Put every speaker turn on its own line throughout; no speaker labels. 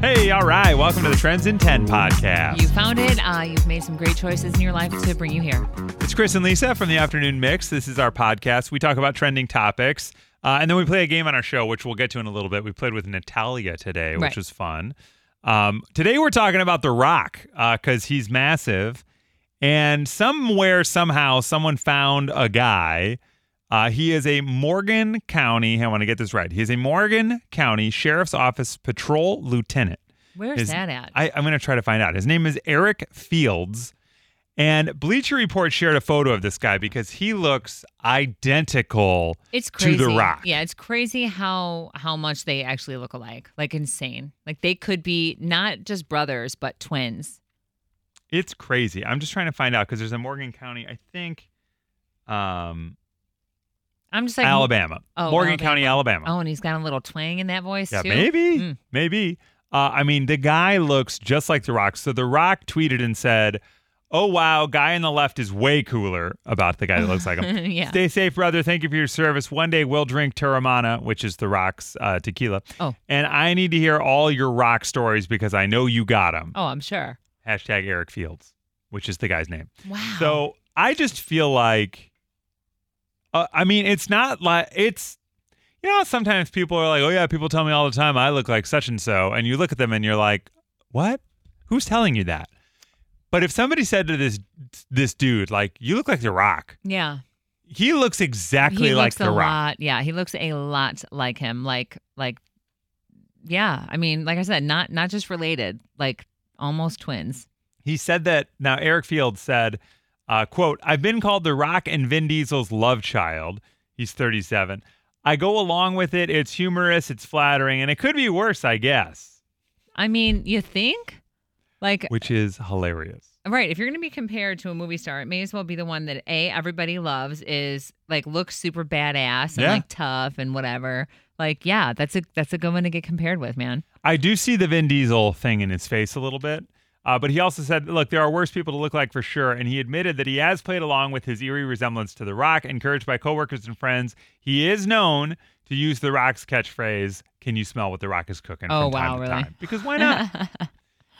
Hey, all right. Welcome to the Trends in 10 podcast.
You found it. Uh, you've made some great choices in your life to bring you here.
It's Chris and Lisa from the Afternoon Mix. This is our podcast. We talk about trending topics. Uh, and then we play a game on our show, which we'll get to in a little bit. We played with Natalia today, which
Right.
was fun. Um, today, we're talking about The Rock because he's massive. And somewhere, somehow, someone found a guy. Uh, he is a Morgan County, I want to get this right. He is a Morgan County Sheriff's Office Patrol Lieutenant.
Where's
Is-
that at?
I, I'm going to try to find out. His name is Eric Fields. And Bleacher Report shared a photo of this guy because he looks identical.
it's
to
crazy.
The Rock.
Yeah, it's crazy how how much they actually look alike. Like insane. Like they could be not just brothers but twins.
It's crazy. I'm just trying to find out because there's a Morgan County, I think, um,
I'm just like
Alabama.
Oh,
Morgan County, Alabama.
Oh, and he's got a little twang in that voice
yeah,
too.
maybe.
Mm.
Maybe. Uh, I mean, the guy looks just like The Rock. So The Rock tweeted and said, Oh, wow, guy on the left is way cooler about the guy that looks like him.
yeah.
Stay safe, brother. Thank you for your service. One day we'll drink Terramana, which is the Rock's uh, tequila.
Oh.
And I need to hear all your rock stories because I know you got them.
Oh, I'm sure.
Hashtag Eric Fields, which is the guy's name.
Wow.
So I just feel like, uh, I mean, it's not like, it's, you know, how sometimes people are like, oh, yeah, people tell me all the time I look like such and so. And you look at them and you're like, what? Who's telling you that? But if somebody said to this this dude, like, you look like The Rock,
yeah.
he looks exactly
he
like
looks
The
a
Rock.
lot. Yeah, he looks a lot like him. Like like yeah, I mean, like I said, not not just related, like almost twins.
He said that. Now, Eric Fields said, uh, "quote I've been called The Rock and Vin Diesel's love child. He's 37. I go along with it. It's humorous. It's flattering, and it could be worse, I guess.
I mean, you think? Like
Which is hilarious.
Right. If you're going to be compared to a movie star, it may as well be the one that A, everybody loves, is like looks super badass and
Yeah.
like tough and whatever. Like, yeah, that's a that's a good one to get compared with, man.
I do see the Vin Diesel thing in his face a little bit." Uh, but he also said, look, there are worse people to look like for sure. And he admitted that he has played along with his eerie resemblance to The Rock, encouraged by coworkers and friends. He is known to use The Rock's catchphrase, Can you smell what The Rock is cooking?
Oh,
from time
wow,
to
really?
time. Because why not?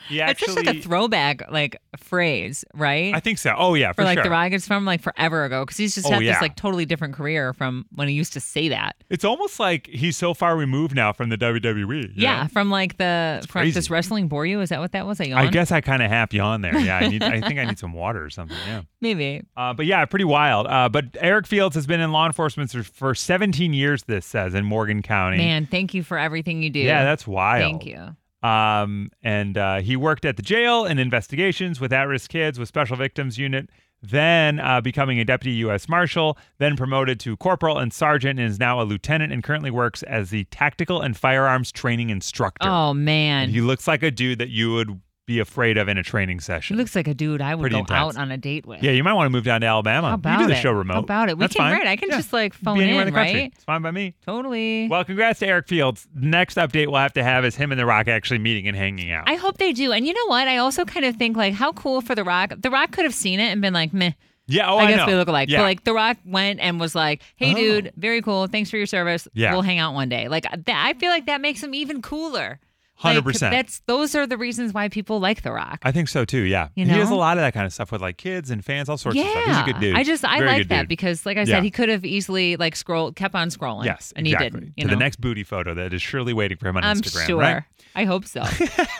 He
it's
actually,
just like a throwback like phrase, right?
I think so. Oh yeah, for,
for like
sure.
the Rock, it's from like forever ago because he's just
Oh,
had
yeah.
this like totally different career from when he used to say that.
it's almost like he's so far removed now from the WWE. you
Yeah,
know?
from like the from
crazy.
does wrestling bore you? Is that what that was? A yawn?
I guess I kind of half yawn there. Yeah, I need. I think I need some water or something. Yeah.
maybe.
Uh, but yeah, pretty wild. Uh, but Eric Fields has been in law enforcement for- for 17 years. This says in Morgan County.
Man, thank you for everything you do.
Yeah, that's wild.
thank you.
Um, and uh, he worked at the jail in investigations with at risk kids with special victims unit, then uh, becoming a deputy U.S. Marshal, then promoted to corporal and sergeant, and is now a lieutenant and currently works as the tactical and firearms training instructor.
Oh man,
And he looks like a dude that you would be afraid of in a training
She
session.
looks like a dude I would
Pretty
go
intense.
out on a date with.
yeah, you might want to move down to Alabama.
How about
you do the
it?
show remote.
How about it? We
That's
can
fine.
right. I can
Yeah.
just like phone
be anywhere
in,
in the country.
right?
It's fine by me.
Totally.
Well, congrats to Eric Fields. Next update we'll have to have is him and The Rock actually meeting and hanging out.
I hope they do. And you know what? I also kind of think like how cool for The Rock. The Rock could have seen it and been like, meh.
yeah, oh, I,
I guess
know.
we look alike.
Yeah.
But like The Rock went and was like, hey
Oh.
dude, very cool. Thanks for your service.
Yeah.
We'll hang out one day. Like uh, that I feel like that makes him even cooler. Like,
100%.
That's those are the reasons why people like The Rock.
I think so too. Yeah,
You
he does a
know?
lot of that kind of stuff with like kids and fans, all sorts
yeah,
of stuff. He's a good dude.
I just I
Very
like
good
that
dude.
because, like I
Yeah.
said, he could have easily like scroll, kept on scrolling.
yes,
and
exactly.
he didn't. You
to
know?
the next booty photo that is surely waiting for him on
I'm
Instagram.
sure.
Right?
I hope so.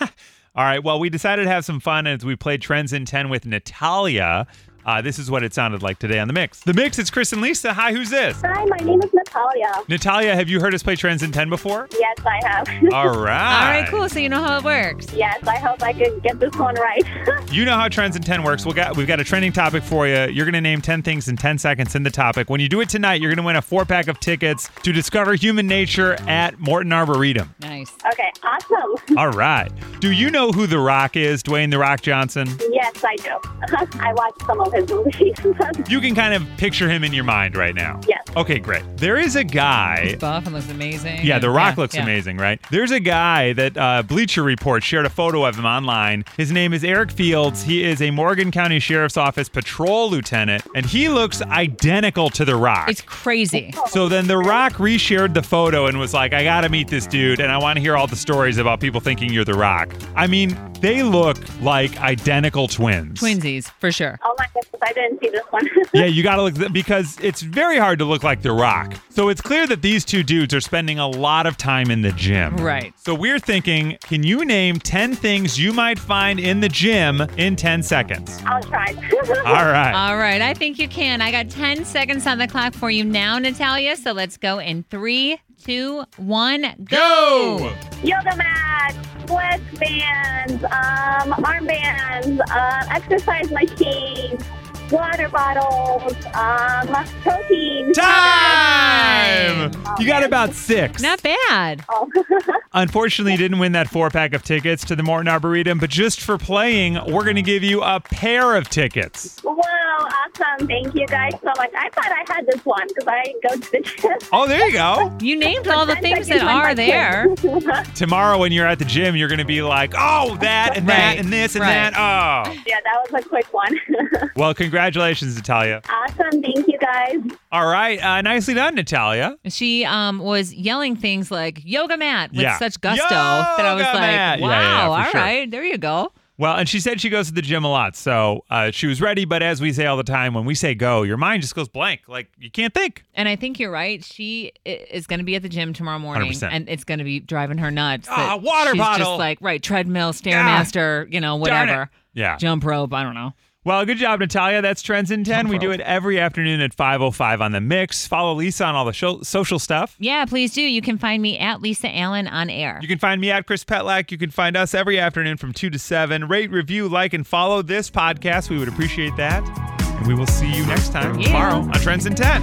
All right. Well, we decided to have some fun as we played Trends in Ten with Natalia. Uh, this is what it sounded like today on the mix. The mix. It's Chris and Lisa. Hi, who's this?
Hi, my name is Natalia.
Natalia, have you heard us play Trends in Ten before?
Yes, I have.
All right.
All right, cool. So you know how it works.
yes, I hope I can get this one right.
You know how Trends in 10 works. We'll got, we've got a trending topic for you. You're going to name 10 things in 10 seconds in the topic. When you do it tonight, you're going to win a four pack of tickets to discover human nature at Morton Arboretum.
Nice.
okay, awesome.
All right. Do you know who The Rock is, Dwayne The Rock Johnson?
Yes, Yes, I do. I watched some of his movies.
You can kind of picture him in your mind right now.
yes.
Okay, great. There is a guy.
He's buff and looks amazing.
Yeah, The Rock looks
yeah.
amazing, right? There's a guy that uh, Bleacher Report shared a photo of him online. His name is Eric Fields. He is a Morgan County Sheriff's Office patrol lieutenant, and he looks identical to The Rock.
It's crazy.
so then The Rock reshared the photo and was like, I gotta meet this dude, and I wanna hear all the stories about people thinking you're The Rock. I mean, they look like identical twins.
Twinsies, for sure.
Oh my goodness, I didn't see this one.
yeah, you got to look because it's very hard to look like The Rock. So it's clear that these two dudes are spending a lot of time in the gym.
Right.
So we're thinking, can you name 10 things you might find in the gym in 10 seconds?
I'll try.
All right.
All right, I think you can. I got 10 seconds on the clock for you now, Natalia. So let's go in three, two, one, go.
Yoga mats, sweatbands, um, armbands, um, exercise machines, water bottles, um, protein.
Time! You got about six.
Not bad.
Oh,
Unfortunately, you didn't win that four pack of tickets to the Morton Arboretum, but just for playing, we're going to give you a pair of tickets.
wow, awesome. Thank you guys so much. I thought I had this one because I go to the gym.
Oh, there you go.
You named all the things that are there.
tomorrow when you're at the gym, you're going to be like, oh, that and that
Right,
and this and
right.
that. Oh.
yeah, that was a quick one.
Well, congratulations, Natalia.
awesome. Thank you guys.
All right. Uh, nicely done, Natalia.
She um, was yelling things like yoga mat with
Yeah.
such gusto
Yoga
that I was
mat.
like,
Yeah,
wow,
yeah,
all
yeah,
right,
for sure.
there you go.
Well, and she said she goes to the gym a lot. So uh, she was ready. But as we say all the time, when we say go, your mind just goes blank. Like you can't think.
And I think you're right. She i- is going to be at the gym tomorrow morning,
100%.
and it's going to be driving her nuts. that
Ah, water
she's
bottle.
Just like right treadmill, stairmaster, you know,
Darn it.
whatever,
Yeah.
jump rope. I don't know.
Well, good job, Natalia. That's Trends in 10. We do it every afternoon at 5.05 on The Mix. Follow Lisa on all the show- social stuff.
Yeah, please do. You can find me at Lisa Allen on air.
You can find me at Chris Petlack. You can find us every afternoon from 2 to 7. Rate, review, like, and follow this podcast. We would appreciate that. And we will see you next time
Yeah.
tomorrow on Trends in 10.